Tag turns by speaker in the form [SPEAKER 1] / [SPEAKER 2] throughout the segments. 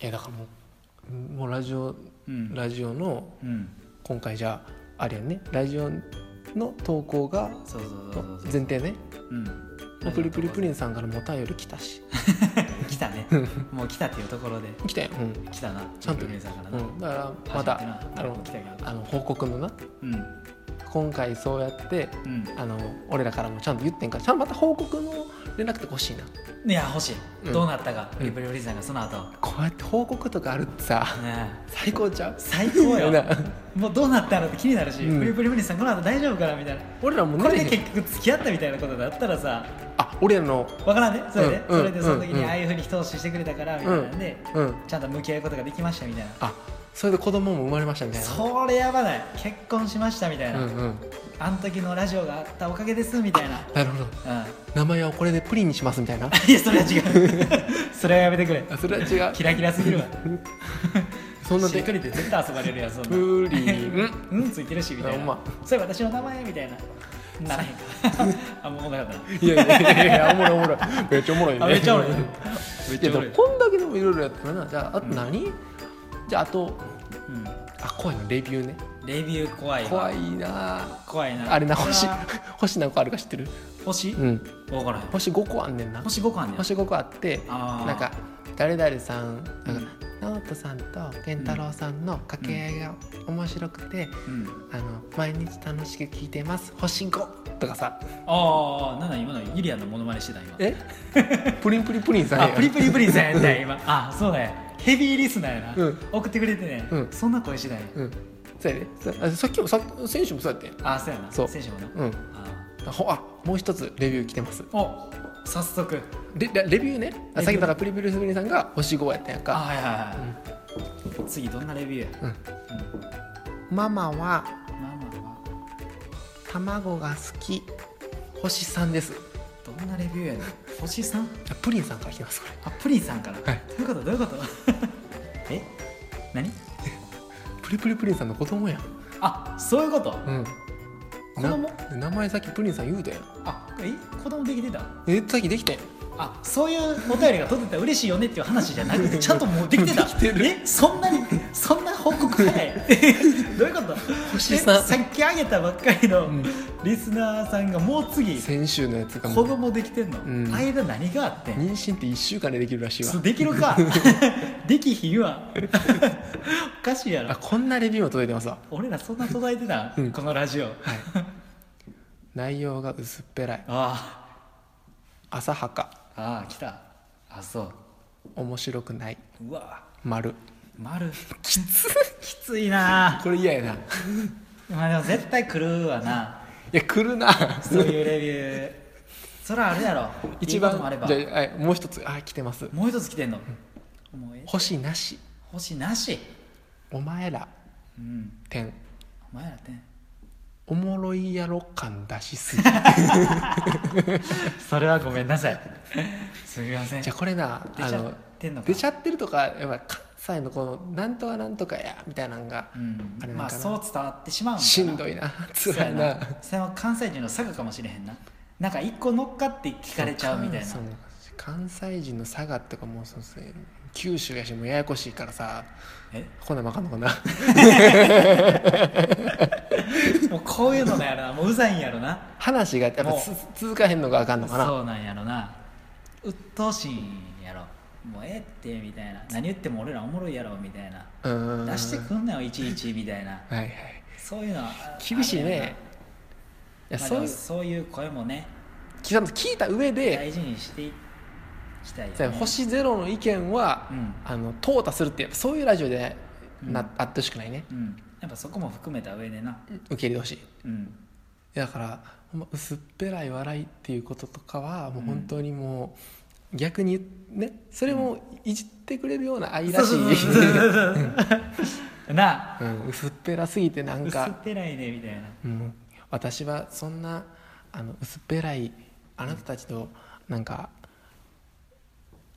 [SPEAKER 1] やだからもうもうラジオ
[SPEAKER 2] うん
[SPEAKER 1] ラジオの
[SPEAKER 2] うん
[SPEAKER 1] 今回じゃああれやねラジオの投稿が
[SPEAKER 2] そうそうそうそうそう
[SPEAKER 1] 前提ね
[SPEAKER 2] うん
[SPEAKER 1] もうプリプリプリ
[SPEAKER 2] ン
[SPEAKER 1] ンさんからもお便り来たし
[SPEAKER 2] 来たねもう来たっていうところで
[SPEAKER 1] 来たよ、う
[SPEAKER 2] 来たな
[SPEAKER 1] ちゃんと
[SPEAKER 2] プリプリンさんから
[SPEAKER 1] ん
[SPEAKER 2] な
[SPEAKER 1] うん、だからまた
[SPEAKER 2] 初めてな
[SPEAKER 1] あの
[SPEAKER 2] 来たけど
[SPEAKER 1] あの報告のな
[SPEAKER 2] うん
[SPEAKER 1] 今回そうやって
[SPEAKER 2] う
[SPEAKER 1] あの俺らからもちゃんと言ってんからちゃんとまた報告の連絡とか欲しいなん
[SPEAKER 2] いや欲し
[SPEAKER 1] うん
[SPEAKER 2] いどうなったか
[SPEAKER 1] ん
[SPEAKER 2] プリプリプリンさんがその後
[SPEAKER 1] こうやって報告とかあるってさ
[SPEAKER 2] ね
[SPEAKER 1] 最高ちゃう
[SPEAKER 2] 最高よ
[SPEAKER 1] な
[SPEAKER 2] もうどうなったのって気になるし
[SPEAKER 1] うん
[SPEAKER 2] プリプリプリンさんこの後大丈夫かなみたいな
[SPEAKER 1] 俺らも
[SPEAKER 2] これ
[SPEAKER 1] 慣れ
[SPEAKER 2] で
[SPEAKER 1] へん
[SPEAKER 2] 結局付き合ったみたいなことだったらさ
[SPEAKER 1] あ俺らの
[SPEAKER 2] わからんねそれで、
[SPEAKER 1] うん
[SPEAKER 2] それでその時
[SPEAKER 1] うん
[SPEAKER 2] にああいうふうに投資してくれたからみたいなんで、
[SPEAKER 1] うん
[SPEAKER 2] ちゃんと向き合うことができましたみたいな、
[SPEAKER 1] あそれで子供も生まれましたみたいな
[SPEAKER 2] それやばない結婚しましたみたいな、
[SPEAKER 1] うんうん
[SPEAKER 2] あの時のラジオがあったおかげですみたいな
[SPEAKER 1] なるほど
[SPEAKER 2] うん
[SPEAKER 1] 名前はこれでプリンにしますみたいない
[SPEAKER 2] やそれは違う それはやめてくれ
[SPEAKER 1] あそれは違う
[SPEAKER 2] キラキラすぎるわ
[SPEAKER 1] そんな
[SPEAKER 2] し
[SPEAKER 1] で
[SPEAKER 2] っくりって絶対遊ばれるやんそんな
[SPEAKER 1] プリン
[SPEAKER 2] うんうんついてるしみた
[SPEAKER 1] あ
[SPEAKER 2] いな、
[SPEAKER 1] ほんま
[SPEAKER 2] それ私の名前みたいなな らへんかあもうおもろかったない
[SPEAKER 1] やいやいやいやおもろいおもろい めっちゃおもろいね
[SPEAKER 2] あめっちゃおもろい
[SPEAKER 1] い
[SPEAKER 2] ねめっち
[SPEAKER 1] や
[SPEAKER 2] ゃ
[SPEAKER 1] で
[SPEAKER 2] おもろ
[SPEAKER 1] も
[SPEAKER 2] い
[SPEAKER 1] こんだけでもいろいろやったらなじゃああと何、じゃああと
[SPEAKER 2] う
[SPEAKER 1] あ怖いのレビューね
[SPEAKER 2] んレビュー怖いわ
[SPEAKER 1] 怖いな
[SPEAKER 2] 怖いな
[SPEAKER 1] あれな
[SPEAKER 2] こ
[SPEAKER 1] 星
[SPEAKER 2] は
[SPEAKER 1] 星何個あるか知ってる
[SPEAKER 2] 星、
[SPEAKER 1] うん
[SPEAKER 2] 分からへん
[SPEAKER 1] 星5個あんねんな
[SPEAKER 2] 星5個あんねん
[SPEAKER 1] 星5個あって
[SPEAKER 2] あー
[SPEAKER 1] なんか誰々さん
[SPEAKER 2] う
[SPEAKER 1] なんんか直人さんと健太郎さんの掛け合いが面白くて、
[SPEAKER 2] うん
[SPEAKER 1] あの毎日楽しく聞いてます星5とかさ
[SPEAKER 2] ああ、なんだ今のユリアンのモノマネしてた今。
[SPEAKER 1] えプリンプリプリンさん
[SPEAKER 2] あ、
[SPEAKER 1] や
[SPEAKER 2] プリプリプリンさんやったよ今。あ、そうだよ。ヘビーリスナーやな。
[SPEAKER 1] うん
[SPEAKER 2] 送ってくれてね、
[SPEAKER 1] うん
[SPEAKER 2] そんな声してたよ。
[SPEAKER 1] うんそうやでそうあさっきもさ選手もそうやって
[SPEAKER 2] あ、そうやな。
[SPEAKER 1] そう
[SPEAKER 2] 選手もな。
[SPEAKER 1] うん
[SPEAKER 2] あ
[SPEAKER 1] ほあもう一つレビュー来てます
[SPEAKER 2] ーお、早速。
[SPEAKER 1] レレレビューねあ
[SPEAKER 2] レビュー
[SPEAKER 1] さっきだからプリプリプリンさんが星5やったやん
[SPEAKER 2] あ、
[SPEAKER 1] か
[SPEAKER 2] はいはいはい。次どんなレビューや。
[SPEAKER 1] うん
[SPEAKER 2] うん。
[SPEAKER 1] ママは
[SPEAKER 2] ママは
[SPEAKER 1] 卵が好き星3です
[SPEAKER 2] どんなレビューやねん。星さん？
[SPEAKER 1] あプリンさんから来てますこれ
[SPEAKER 2] あ、プリンさんから。
[SPEAKER 1] はい
[SPEAKER 2] どういうことどういうこと？え？何？
[SPEAKER 1] プリプリプリンさんの子供やん
[SPEAKER 2] あ、そういうこと。
[SPEAKER 1] うん
[SPEAKER 2] 子供
[SPEAKER 1] な名前さっきプリンさん言うたやん
[SPEAKER 2] あ、え、子供できてた？
[SPEAKER 1] えさっきできたやん
[SPEAKER 2] あそういうお便りが取ってたら嬉しいよねっていう話じゃなく てちゃんともうできてた
[SPEAKER 1] できてる
[SPEAKER 2] えそんなにそんな報告早い どういうこと
[SPEAKER 1] 星
[SPEAKER 2] え
[SPEAKER 1] さん
[SPEAKER 2] さっきあげたばっかりの
[SPEAKER 1] うん
[SPEAKER 2] リスナーさんがもう次
[SPEAKER 1] 先週のやつが
[SPEAKER 2] 子
[SPEAKER 1] もう
[SPEAKER 2] 供できてんの、
[SPEAKER 1] うん
[SPEAKER 2] 間何があってん
[SPEAKER 1] 妊娠って1週間でできるらしいわ
[SPEAKER 2] そうできるか できひんわ おかしいや
[SPEAKER 1] あ
[SPEAKER 2] ろ
[SPEAKER 1] こんなレビューも届いてますわ
[SPEAKER 2] 俺らそんな途絶えてた、
[SPEAKER 1] うん
[SPEAKER 2] このラジオ
[SPEAKER 1] 内容が薄っぺらい
[SPEAKER 2] あ
[SPEAKER 1] 浅はか
[SPEAKER 2] ーあー来たあそう
[SPEAKER 1] 面白くないう
[SPEAKER 2] わ
[SPEAKER 1] 丸
[SPEAKER 2] 丸きつきついな
[SPEAKER 1] これ嫌やない
[SPEAKER 2] まあでも絶対来るわな
[SPEAKER 1] や来るな
[SPEAKER 2] そういうレビューそらあるやろ
[SPEAKER 1] 一
[SPEAKER 2] いいこと
[SPEAKER 1] 番
[SPEAKER 2] もあれば
[SPEAKER 1] じゃあはいもう一つあ来てます
[SPEAKER 2] もう一つ来てんの、もうえ
[SPEAKER 1] 星なし
[SPEAKER 2] 星なし
[SPEAKER 1] お前ら
[SPEAKER 2] うん
[SPEAKER 1] 点
[SPEAKER 2] お前らって
[SPEAKER 1] おもろいやろ感出し すぎじゃ
[SPEAKER 2] それはごめんなさいすみません
[SPEAKER 1] あこれな
[SPEAKER 2] 出ちゃってんのか
[SPEAKER 1] 出ちゃってるとかやっぱ関西のこのなんとかなんとかやみたいなのが
[SPEAKER 2] うん
[SPEAKER 1] あれなんかな
[SPEAKER 2] まあそう伝わってしまうんかな
[SPEAKER 1] しんどいな
[SPEAKER 2] そう
[SPEAKER 1] 辛
[SPEAKER 2] や
[SPEAKER 1] い
[SPEAKER 2] な
[SPEAKER 1] な
[SPEAKER 2] それは関西人の差がかもしれへんななんか一個乗っかって聞かれちゃうみたいな
[SPEAKER 1] そう関西人の佐賀とかもうそうそう九州やしもうややこしいからさ
[SPEAKER 2] え
[SPEAKER 1] こんなんわかんのかな
[SPEAKER 2] もうこういうのなんやろなもううざいんやろな
[SPEAKER 1] 話がやっぱ
[SPEAKER 2] もう
[SPEAKER 1] つ続かへんのがあかんのかな
[SPEAKER 2] そうなんやろな鬱陶しいんやろもうええってみたいな何言っても俺らおもろいやろみたいな
[SPEAKER 1] うん
[SPEAKER 2] 出して
[SPEAKER 1] は
[SPEAKER 2] くんなよいちいちみたいない
[SPEAKER 1] はいい
[SPEAKER 2] そういうのは
[SPEAKER 1] 厳しいね
[SPEAKER 2] あるよな
[SPEAKER 1] や
[SPEAKER 2] まあ
[SPEAKER 1] そう
[SPEAKER 2] で
[SPEAKER 1] い
[SPEAKER 2] も
[SPEAKER 1] う
[SPEAKER 2] そういう声もね
[SPEAKER 1] 聞いた聞いた上で
[SPEAKER 2] 大事にしていきたいよ
[SPEAKER 1] さ
[SPEAKER 2] ね
[SPEAKER 1] 星ゼロの意見は、
[SPEAKER 2] うん
[SPEAKER 1] あの淘汰するってやっぱそういうラジオでな、
[SPEAKER 2] うん
[SPEAKER 1] あってほしくないね
[SPEAKER 2] うんやっぱそこも含めた上でな
[SPEAKER 1] 受け入れてほしい
[SPEAKER 2] うん
[SPEAKER 1] だからほんま薄っぺらい笑いっていうこととかはもう本当にもう、逆にねそれもいじってくれるような愛らしい、
[SPEAKER 2] そうそうそうそう なあ
[SPEAKER 1] うん、薄っぺらすぎてなん
[SPEAKER 2] 薄
[SPEAKER 1] か
[SPEAKER 2] っぺらいねみたいな
[SPEAKER 1] うん、私はそんなあの薄っぺらいあなたたちとなんか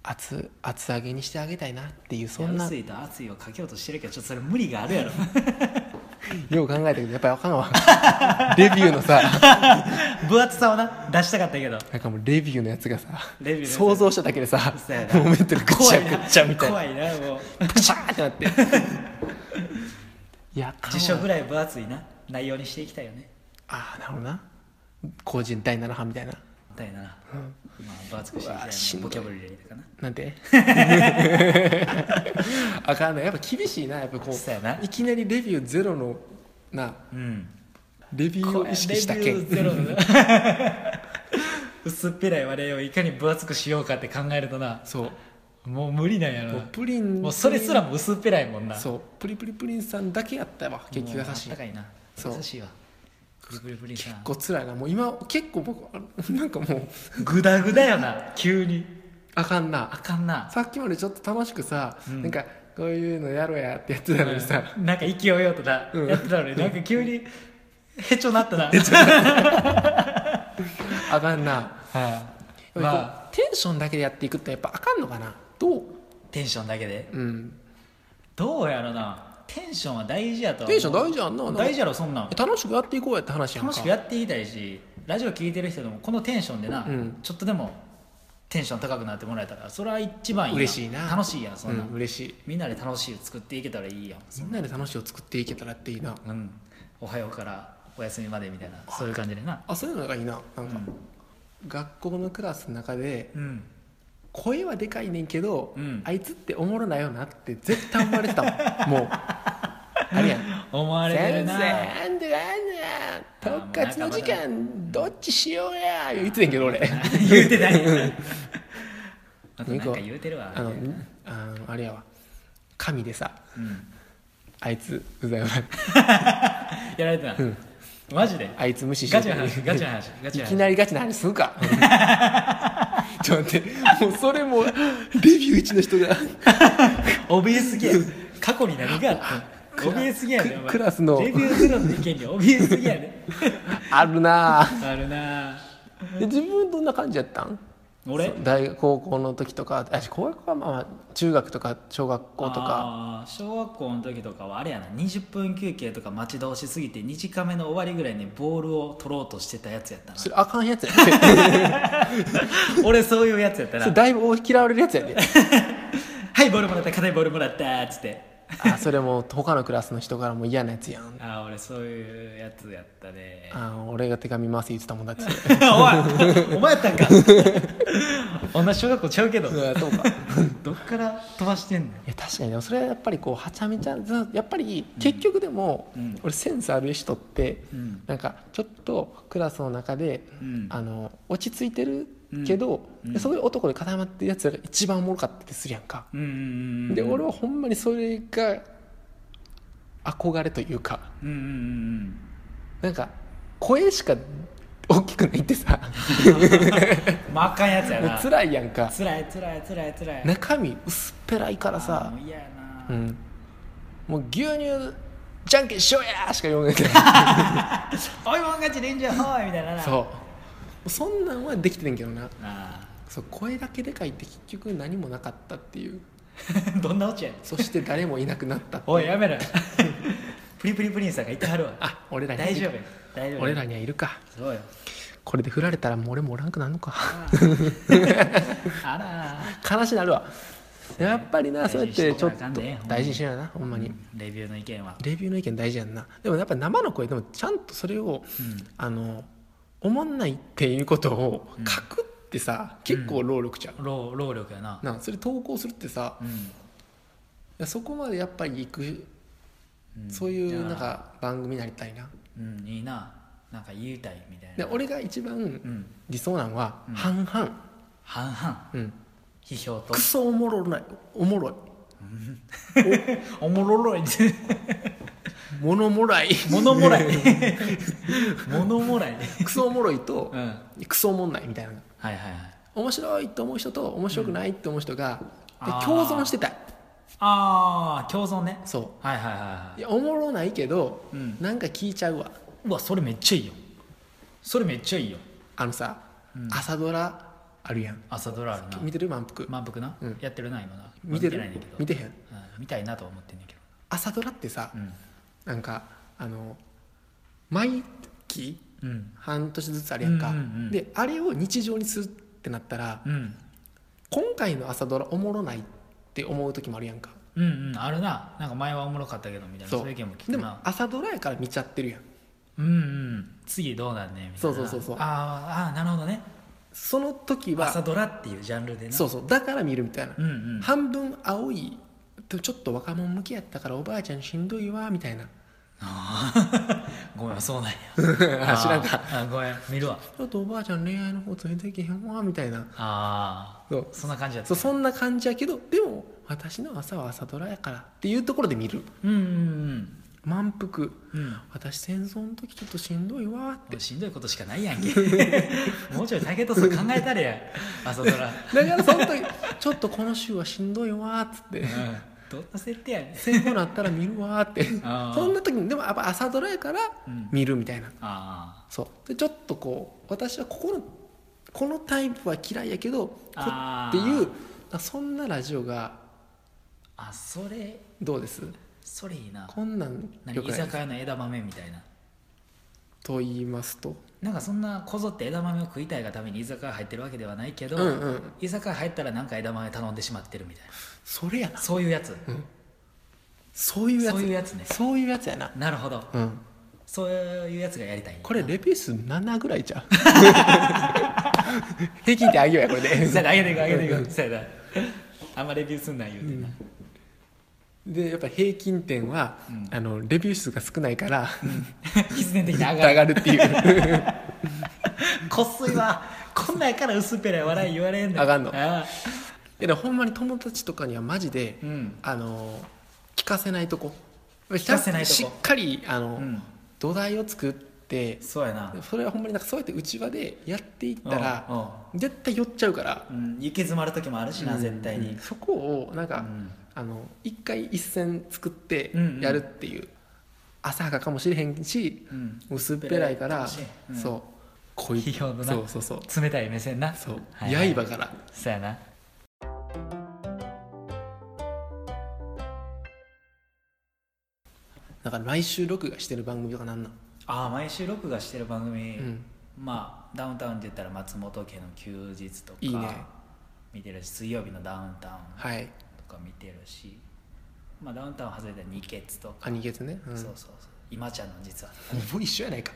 [SPEAKER 1] 厚厚揚げにしてあげたいなっていうそんな
[SPEAKER 2] 薄いと熱いをかけようとしてるけどちょっとそれ無理があるやろ
[SPEAKER 1] よう考えたけどやっぱりあかんわ レビューのさ
[SPEAKER 2] 分厚さをな出したかったけど
[SPEAKER 1] なんかもうレビューのやつがさ
[SPEAKER 2] レビューのやつ
[SPEAKER 1] 想像しただけでさ
[SPEAKER 2] そうやな
[SPEAKER 1] もうメンタルぐっち
[SPEAKER 2] 怖
[SPEAKER 1] ゃ
[SPEAKER 2] いな
[SPEAKER 1] ぐっちゃみたいな
[SPEAKER 2] 怖いなもう
[SPEAKER 1] パシャーって なっていやあかんわ
[SPEAKER 2] 辞書ぐらい分厚いな内容にしていきたいよね
[SPEAKER 1] ああなるほどな個人第7版みたいな
[SPEAKER 2] だよな、まあ分厚くしていう
[SPEAKER 1] わ
[SPEAKER 2] き
[SPEAKER 1] した
[SPEAKER 2] い
[SPEAKER 1] ん
[SPEAKER 2] な
[SPEAKER 1] ど
[SPEAKER 2] ボ
[SPEAKER 1] い
[SPEAKER 2] キャブラリーとかな
[SPEAKER 1] なんて あかんなやっぱ厳しいなやっぱこ
[SPEAKER 2] そうやな
[SPEAKER 1] ういきなりレビューゼロのな
[SPEAKER 2] うん
[SPEAKER 1] レビューを意識した
[SPEAKER 2] レビ
[SPEAKER 1] け
[SPEAKER 2] ュ
[SPEAKER 1] ん
[SPEAKER 2] ーゼ ロのな薄っぺらい我々をいかに分厚くしようかって考えるとな
[SPEAKER 1] そう
[SPEAKER 2] もう無理なんやろ
[SPEAKER 1] も
[SPEAKER 2] な
[SPEAKER 1] うプリン
[SPEAKER 2] もうそれすらも薄っぺらいもんな
[SPEAKER 1] そうプリプリプリンさんだけやったわ結局優しい
[SPEAKER 2] もうあったかいな
[SPEAKER 1] そう
[SPEAKER 2] 優しいわブリブリブリさ
[SPEAKER 1] こう辛いなもう今結構僕あなんかもう
[SPEAKER 2] グダグダよな 急に
[SPEAKER 1] あかんな
[SPEAKER 2] あ かんな
[SPEAKER 1] さっきまでちょっと楽しくさ、
[SPEAKER 2] うん
[SPEAKER 1] なんかこういうのやろうやってやってたのにさ、
[SPEAKER 2] うんなんか勢いよとな、
[SPEAKER 1] うん
[SPEAKER 2] やってたのになんか急にへちょなっ たな
[SPEAKER 1] あかんな
[SPEAKER 2] はい
[SPEAKER 1] ま
[SPEAKER 2] まあ
[SPEAKER 1] あテンションだけでやっていくってやっぱあかんのかなどう
[SPEAKER 2] テンションだけで
[SPEAKER 1] うん
[SPEAKER 2] どうやろなテンションは大事やとは思う
[SPEAKER 1] テンション大事やんななんか
[SPEAKER 2] 大事やろそんなん
[SPEAKER 1] 楽しくやっていこうやって話やんか
[SPEAKER 2] 楽しくやっていたいしラジオ聞いてる人でもこのテンションでな、
[SPEAKER 1] うん
[SPEAKER 2] ちょっとでもテンション高くなってもらえたらそれは一番いい
[SPEAKER 1] 嬉しいな
[SPEAKER 2] 楽しいやんそんな、
[SPEAKER 1] うん、嬉しい
[SPEAKER 2] みんなで楽しいを作っていけたらいいやん
[SPEAKER 1] みんなで楽しいを作っていけたらっていいな
[SPEAKER 2] うんおはようからお休みまでみたいなそういう感じでな
[SPEAKER 1] あそういうのがいいななんか、学校のクラスの中で
[SPEAKER 2] うん
[SPEAKER 1] 声はでかいねんけど、
[SPEAKER 2] うん
[SPEAKER 1] あいつっておもろないよなって絶対思われてたもん もうあれやん
[SPEAKER 2] 思われてる
[SPEAKER 1] 先生
[SPEAKER 2] な
[SPEAKER 1] なんでなんだ特活の時間どっちしようや言ってたんやけど 俺
[SPEAKER 2] 言うてないあとなんか言うてるわ
[SPEAKER 1] あのあのあれやわ神でさ
[SPEAKER 2] うん、
[SPEAKER 1] あいつうざいわ
[SPEAKER 2] やられてた、マジで
[SPEAKER 1] あいつ無視し
[SPEAKER 2] ガ
[SPEAKER 1] て
[SPEAKER 2] チの話ガチの話ガチ
[SPEAKER 1] い
[SPEAKER 2] の
[SPEAKER 1] き
[SPEAKER 2] 話
[SPEAKER 1] なりガチな話するか ちょっと待ってもうそれもレビュー1の人が
[SPEAKER 2] 怯えすぎや過去に何があったの怯えすぎやね
[SPEAKER 1] ク
[SPEAKER 2] お前
[SPEAKER 1] クラスの
[SPEAKER 2] レビューゼロの意見に怯えすぎやね
[SPEAKER 1] あるな あ
[SPEAKER 2] あるなあ
[SPEAKER 1] で自分どんな感じやったん
[SPEAKER 2] 俺
[SPEAKER 1] 大学高校の時とかあ高校はまあ中学とか小学校とか
[SPEAKER 2] あー小学校の時とかはあれやな20分休憩とか待ち遠しすぎて2時間目の終わりぐらいにボールを取ろうとしてたやつやった な
[SPEAKER 1] それあかんやつやで
[SPEAKER 2] 俺そういうやつやった
[SPEAKER 1] そ
[SPEAKER 2] な
[SPEAKER 1] れだいぶ大嫌われるやつや で
[SPEAKER 2] はいボールもらった硬いボールもらったっつって
[SPEAKER 1] あそれも他のクラスの人からも嫌なやつやん
[SPEAKER 2] ああ俺そういうやつやっ たね
[SPEAKER 1] あ俺が手紙回す言ってたもん だって
[SPEAKER 2] おいお前やった んか女小学校ちゃうけど
[SPEAKER 1] うわそう か
[SPEAKER 2] どっから飛ばしてんの
[SPEAKER 1] いや確かにでもそれはやっぱりこうはちゃめちゃやっぱり結局でも、
[SPEAKER 2] うん
[SPEAKER 1] 俺センスある人って、
[SPEAKER 2] うん
[SPEAKER 1] なんかちょっとクラスの中で、
[SPEAKER 2] うん
[SPEAKER 1] あの落ち着いてるけど、そういう男で固まってるやつらが一番おもろかったりするやんか、
[SPEAKER 2] うんうんうんうん
[SPEAKER 1] で俺はほんまにそれが憧れというか
[SPEAKER 2] うんうんうん
[SPEAKER 1] なんか声しか大きくないって さ
[SPEAKER 2] うんまああかんやつやなつ
[SPEAKER 1] 辛いやんから
[SPEAKER 2] いつらいつらいつらい
[SPEAKER 1] 中身薄っぺらいから
[SPEAKER 2] あー
[SPEAKER 1] さ
[SPEAKER 2] もう嫌や
[SPEAKER 1] う
[SPEAKER 2] な、
[SPEAKER 1] んもう牛乳じゃんけんしようやーしか言 わない
[SPEAKER 2] おいもん勝ちレンジャーほいみたいなな
[SPEAKER 1] そうもうそんなんはできてねんけどな
[SPEAKER 2] あ
[SPEAKER 1] そう声だけでかいって結局何もなかったっていう
[SPEAKER 2] ーどんなオチやねん
[SPEAKER 1] そして誰もいなくなったっていう
[SPEAKER 2] おいやめろよプリプリプリンさんがいてはるわ
[SPEAKER 1] あ俺らにはい
[SPEAKER 2] 大
[SPEAKER 1] る
[SPEAKER 2] 丈夫よ大丈夫よ
[SPEAKER 1] 俺らにはいるか
[SPEAKER 2] そうよ
[SPEAKER 1] これで振られたらもう俺もおらんくなるのか
[SPEAKER 2] あ ら
[SPEAKER 1] 悲しなるわやっぱりな
[SPEAKER 2] 大
[SPEAKER 1] そう
[SPEAKER 2] 事
[SPEAKER 1] やっ
[SPEAKER 2] にして
[SPEAKER 1] ちょっ
[SPEAKER 2] なあかん
[SPEAKER 1] と
[SPEAKER 2] でほんまに
[SPEAKER 1] 大事にしないなほんまに
[SPEAKER 2] レビューの意見は
[SPEAKER 1] レビューの意見大事やんなでもやっぱり生の声でもちゃんとそれを
[SPEAKER 2] うん
[SPEAKER 1] あのおもんないっていうことを
[SPEAKER 2] うん
[SPEAKER 1] 書くってさ結構労力ちゃう
[SPEAKER 2] 労労力やな
[SPEAKER 1] なそれ投稿するってさ
[SPEAKER 2] うん
[SPEAKER 1] いやそこまでやっぱり行く
[SPEAKER 2] うん
[SPEAKER 1] そういうなん
[SPEAKER 2] じゃあ
[SPEAKER 1] か番組になりたいな
[SPEAKER 2] うんいいななんか言いたいみたい
[SPEAKER 1] で
[SPEAKER 2] な
[SPEAKER 1] 俺が一番
[SPEAKER 2] うん
[SPEAKER 1] 理想なんは
[SPEAKER 2] うん
[SPEAKER 1] 半々
[SPEAKER 2] 半々
[SPEAKER 1] うん
[SPEAKER 2] 批評と
[SPEAKER 1] クソおもろないおもろい
[SPEAKER 2] おも ろろい
[SPEAKER 1] ものも らい
[SPEAKER 2] ものもらいものもらい
[SPEAKER 1] クソおもろいと
[SPEAKER 2] うんはい
[SPEAKER 1] クソおもんないみたいなの
[SPEAKER 2] はいはい
[SPEAKER 1] 面白いと思う人と面白くないと思う人が、
[SPEAKER 2] うん
[SPEAKER 1] で
[SPEAKER 2] あー
[SPEAKER 1] 共存してたい
[SPEAKER 2] ああ共存ね
[SPEAKER 1] そ
[SPEAKER 2] はいはいはいは
[SPEAKER 1] ういやおもろないけど、
[SPEAKER 2] うん
[SPEAKER 1] なんか聞いちゃうわ
[SPEAKER 2] い。うわ、それめっちゃいいよ。それめっちゃいいよ。
[SPEAKER 1] あのさ、朝ドラあるやん
[SPEAKER 2] 朝ドラあるな。
[SPEAKER 1] 見てる満腹、
[SPEAKER 2] 満腹な、
[SPEAKER 1] うん
[SPEAKER 2] やってるな、今な。
[SPEAKER 1] 見てる
[SPEAKER 2] ないねんだけど。
[SPEAKER 1] 見てへん
[SPEAKER 2] うん見たいなとは思ってんねんけど。
[SPEAKER 1] 朝ドラってさ、
[SPEAKER 2] うん。
[SPEAKER 1] なんかあの毎期
[SPEAKER 2] うん
[SPEAKER 1] 半年ずつあるやんか、
[SPEAKER 2] うんうんうん
[SPEAKER 1] であれを日常にするってなったら、
[SPEAKER 2] うん
[SPEAKER 1] 今回の朝ドラおもろないって思う時もあるやんか
[SPEAKER 2] うんうんあるななんか前はおもろかったけどみたいなそういう意見も聞
[SPEAKER 1] で
[SPEAKER 2] く
[SPEAKER 1] も
[SPEAKER 2] な
[SPEAKER 1] 朝ドラやから見ちゃってるやん
[SPEAKER 2] うんうん次どうなんねみたいな
[SPEAKER 1] そうそうそうそう
[SPEAKER 2] あーあーなるほどね
[SPEAKER 1] その時
[SPEAKER 2] 朝
[SPEAKER 1] は
[SPEAKER 2] ドラっていうジャンルでな
[SPEAKER 1] そうそうだから見るみたいな、
[SPEAKER 2] うんうん
[SPEAKER 1] 半分青いでもちょっと若者向けやったからおばあちゃんしんどいわみたいな
[SPEAKER 2] あー ごめんそうなんや
[SPEAKER 1] あ知らんか
[SPEAKER 2] あーあーごめん見るわ
[SPEAKER 1] ちょっとおばあちゃん恋愛の方連れてけへんわみたいな
[SPEAKER 2] あ
[SPEAKER 1] そう
[SPEAKER 2] あそんな感じだった
[SPEAKER 1] そうそんな感じやけどでも私の朝は朝ドラやからっていうところで見る
[SPEAKER 2] うんうん
[SPEAKER 1] 満腹
[SPEAKER 2] うんうん
[SPEAKER 1] 私戦争の時ちょっとしんどいわって
[SPEAKER 2] もうしんどいことしかないやんけ もうちょい竹とさ考えたれ や朝ドラ、
[SPEAKER 1] だからその時 ちょっとこの週はしんどいわっつって
[SPEAKER 2] うん、どんな設定やねん
[SPEAKER 1] 戦後なったら見るわって
[SPEAKER 2] あー
[SPEAKER 1] そんな時にでもやっぱ朝ドラやから
[SPEAKER 2] うん
[SPEAKER 1] 見るみたいな、
[SPEAKER 2] あ
[SPEAKER 1] そうでちょっとこう私はここのこのタイプは嫌いやけどこ
[SPEAKER 2] あ
[SPEAKER 1] って
[SPEAKER 2] ー
[SPEAKER 1] いうそんなラジオが
[SPEAKER 2] ーあそれ
[SPEAKER 1] どうです
[SPEAKER 2] それいいな
[SPEAKER 1] こんなん
[SPEAKER 2] 何
[SPEAKER 1] よく
[SPEAKER 2] 居
[SPEAKER 1] ない
[SPEAKER 2] 酒屋の枝豆みたいな
[SPEAKER 1] と言いますと
[SPEAKER 2] なんかそんなこぞって枝豆を食いたいがために居酒屋入ってるわけではないけど、
[SPEAKER 1] うんうん
[SPEAKER 2] 居酒屋入ったらなんか枝豆頼んでしまってるみたいな
[SPEAKER 1] それやな
[SPEAKER 2] そういうやつ、
[SPEAKER 1] そういうやつ
[SPEAKER 2] そういうやつね
[SPEAKER 1] そういうやつやな
[SPEAKER 2] なるほど
[SPEAKER 1] うん
[SPEAKER 2] そういうやつがやりたいんや
[SPEAKER 1] これレピース7ぐらいじ ゃう平均点あげようやこれで
[SPEAKER 2] そうやな上げていく上げていくそうやなあんまレビューすんない言うてな、
[SPEAKER 1] でやっぱ平均点は、あのレビュー数が少ないから
[SPEAKER 2] 必然的に上が
[SPEAKER 1] 上
[SPEAKER 2] る
[SPEAKER 1] がるっていう
[SPEAKER 2] こっすいわこんなんやから薄っぺらい笑い言われんの
[SPEAKER 1] 上がんの
[SPEAKER 2] ああ
[SPEAKER 1] いやほんまに友達とかにはマジで、
[SPEAKER 2] うん
[SPEAKER 1] あの聞かせないとこ聞
[SPEAKER 2] かせないとこ
[SPEAKER 1] しっかりあの、
[SPEAKER 2] うん
[SPEAKER 1] 土台を作って
[SPEAKER 2] そうやな
[SPEAKER 1] それはほんまになんかそうやって内輪でやっていった
[SPEAKER 2] う
[SPEAKER 1] ら
[SPEAKER 2] ん
[SPEAKER 1] 絶対寄っちゃうから
[SPEAKER 2] うん、行き詰まる時もあるしな、絶対に、
[SPEAKER 1] そこをなんか、
[SPEAKER 2] うん
[SPEAKER 1] あの一回一線作って
[SPEAKER 2] うんうん
[SPEAKER 1] やるっていう、浅はかかもしれへんし、
[SPEAKER 2] うん
[SPEAKER 1] 薄っぺらいから、
[SPEAKER 2] 薄っぺらいかもしれんうん
[SPEAKER 1] そうこい
[SPEAKER 2] 器用だな
[SPEAKER 1] そうそうそう
[SPEAKER 2] 冷たい目線な
[SPEAKER 1] そう、
[SPEAKER 2] はいはい
[SPEAKER 1] 刃から
[SPEAKER 2] そうやな
[SPEAKER 1] だから毎週録画してる番組とかなんなん、
[SPEAKER 2] ああ毎週録画してる番組、
[SPEAKER 1] うん
[SPEAKER 2] まあダウンタウンって言ったら松本家の休日とか
[SPEAKER 1] いいね
[SPEAKER 2] 見てるし水曜日のダウンタウン
[SPEAKER 1] はい
[SPEAKER 2] とか見てるし、まあ、ダウンタウン外れたら二ケツとか、
[SPEAKER 1] あ逃げずね、うん、
[SPEAKER 2] そうそうそう今ちゃんの実は、
[SPEAKER 1] ほぼ一緒やないか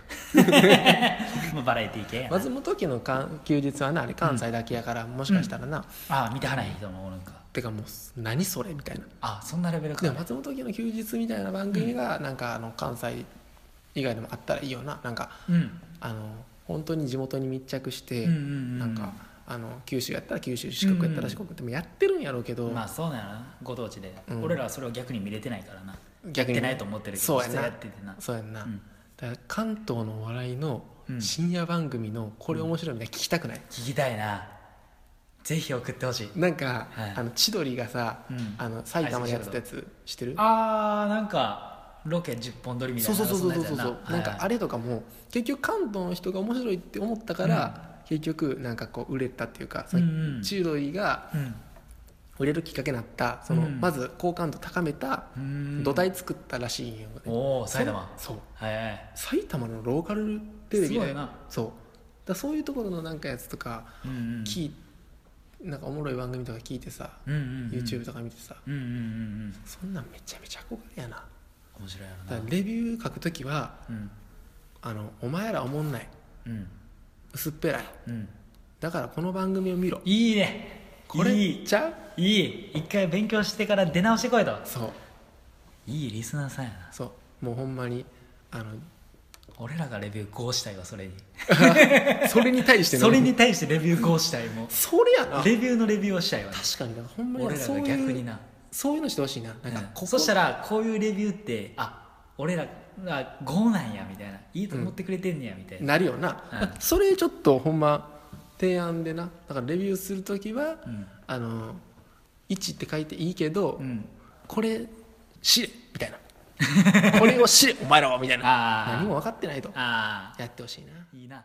[SPEAKER 2] まあ、バラエティー系や な、
[SPEAKER 1] 松本家のか休日はなあれ関西だけやから、もしかしたらな、
[SPEAKER 2] ああ見てはない人もおるんか
[SPEAKER 1] てかもう何それみたいな
[SPEAKER 2] あそんなレベルか
[SPEAKER 1] でも松本家の休日みたいな番組がなんかあの関西以外でもあったらいいよななんか
[SPEAKER 2] うん
[SPEAKER 1] あの本当に地元に密着して、
[SPEAKER 2] うんうんうん
[SPEAKER 1] なんかあの九州やったら九州四国やったら四国でもやってるんやろうけど、
[SPEAKER 2] まあそうなのなご当地で、
[SPEAKER 1] うん
[SPEAKER 2] 俺らはそれを逆に見れてないからな
[SPEAKER 1] 逆
[SPEAKER 2] や
[SPEAKER 1] に
[SPEAKER 2] ってないと思ってるけ
[SPEAKER 1] そ
[SPEAKER 2] ど
[SPEAKER 1] うや
[SPEAKER 2] 実は
[SPEAKER 1] な
[SPEAKER 2] やっててな
[SPEAKER 1] そうやんな、
[SPEAKER 2] うん
[SPEAKER 1] だから関東のお笑いの
[SPEAKER 2] うん
[SPEAKER 1] 深夜番組のこれ面白いみたいな聞きたくない、
[SPEAKER 2] 聞きたいなぜひ送ってほしい
[SPEAKER 1] なんか、
[SPEAKER 2] はい
[SPEAKER 1] あの千鳥がさ、
[SPEAKER 2] うん
[SPEAKER 1] あの埼玉でやってたやつ知ってる
[SPEAKER 2] あーなんかロケ10本撮りみ
[SPEAKER 1] そ
[SPEAKER 2] たいうな
[SPEAKER 1] そうそうそうそうそう
[SPEAKER 2] そんな
[SPEAKER 1] なん
[SPEAKER 2] やつや
[SPEAKER 1] かあれとかも結局関東の人が面白いって思ったから、結局なんかこう売れたっていうか、その
[SPEAKER 2] うんうん
[SPEAKER 1] 千鳥が
[SPEAKER 2] はい
[SPEAKER 1] 売れるきっかけになったその、
[SPEAKER 2] うん
[SPEAKER 1] まず好感度高めた
[SPEAKER 2] うん
[SPEAKER 1] 土台作ったらしいんよ、
[SPEAKER 2] うんおお埼玉
[SPEAKER 1] そう
[SPEAKER 2] はいはい
[SPEAKER 1] 埼玉のローカルテレビ
[SPEAKER 2] すご
[SPEAKER 1] で
[SPEAKER 2] いな
[SPEAKER 1] そうだからそういうところのなんかやつとか
[SPEAKER 2] うんうん
[SPEAKER 1] 聞い、なんかおもろい番組とか聞いてさ、
[SPEAKER 2] うんうんうん
[SPEAKER 1] YouTube とか見てさ
[SPEAKER 2] うんうんうんうん
[SPEAKER 1] そんなんめちゃめちゃ憧れやな
[SPEAKER 2] 面白いやろ
[SPEAKER 1] だ
[SPEAKER 2] な
[SPEAKER 1] からレビュー書くときは
[SPEAKER 2] うん
[SPEAKER 1] あの「お前らおもんない
[SPEAKER 2] うん
[SPEAKER 1] 薄っぺらい
[SPEAKER 2] うん
[SPEAKER 1] だからこの番組を見ろ
[SPEAKER 2] いいね」
[SPEAKER 1] これ
[SPEAKER 2] い
[SPEAKER 1] い
[SPEAKER 2] い
[SPEAKER 1] ちゃう
[SPEAKER 2] いい一回勉強してから出直してこいと
[SPEAKER 1] そう
[SPEAKER 2] いいリスナーさんやな
[SPEAKER 1] そうもうほんまにあの
[SPEAKER 2] 俺らがレビューこうしたいわそれに
[SPEAKER 1] それに対しての
[SPEAKER 2] それに対してレビューこうしたいもう
[SPEAKER 1] それやな確
[SPEAKER 2] レビューのレビューをしたいわ
[SPEAKER 1] かにだからほんまに
[SPEAKER 2] 俺らが
[SPEAKER 1] そういう
[SPEAKER 2] 逆にな
[SPEAKER 1] そういうのしてほしいななんか
[SPEAKER 2] う
[SPEAKER 1] こ
[SPEAKER 2] ん
[SPEAKER 1] こ
[SPEAKER 2] そしたらこういうレビューってあ俺らが5なんやみたいないいと思ってくれてんねやみたいな、
[SPEAKER 1] なるよな、
[SPEAKER 2] うん
[SPEAKER 1] それちょっとほんま提案でなだからレビューする時は、
[SPEAKER 2] ん
[SPEAKER 1] あの1って書いていいけど、
[SPEAKER 2] うん
[SPEAKER 1] これ知れみたいなこれを知れお前らはみたいな
[SPEAKER 2] あー
[SPEAKER 1] 何も分かってないと
[SPEAKER 2] あ
[SPEAKER 1] やってほしいな
[SPEAKER 2] ーいいな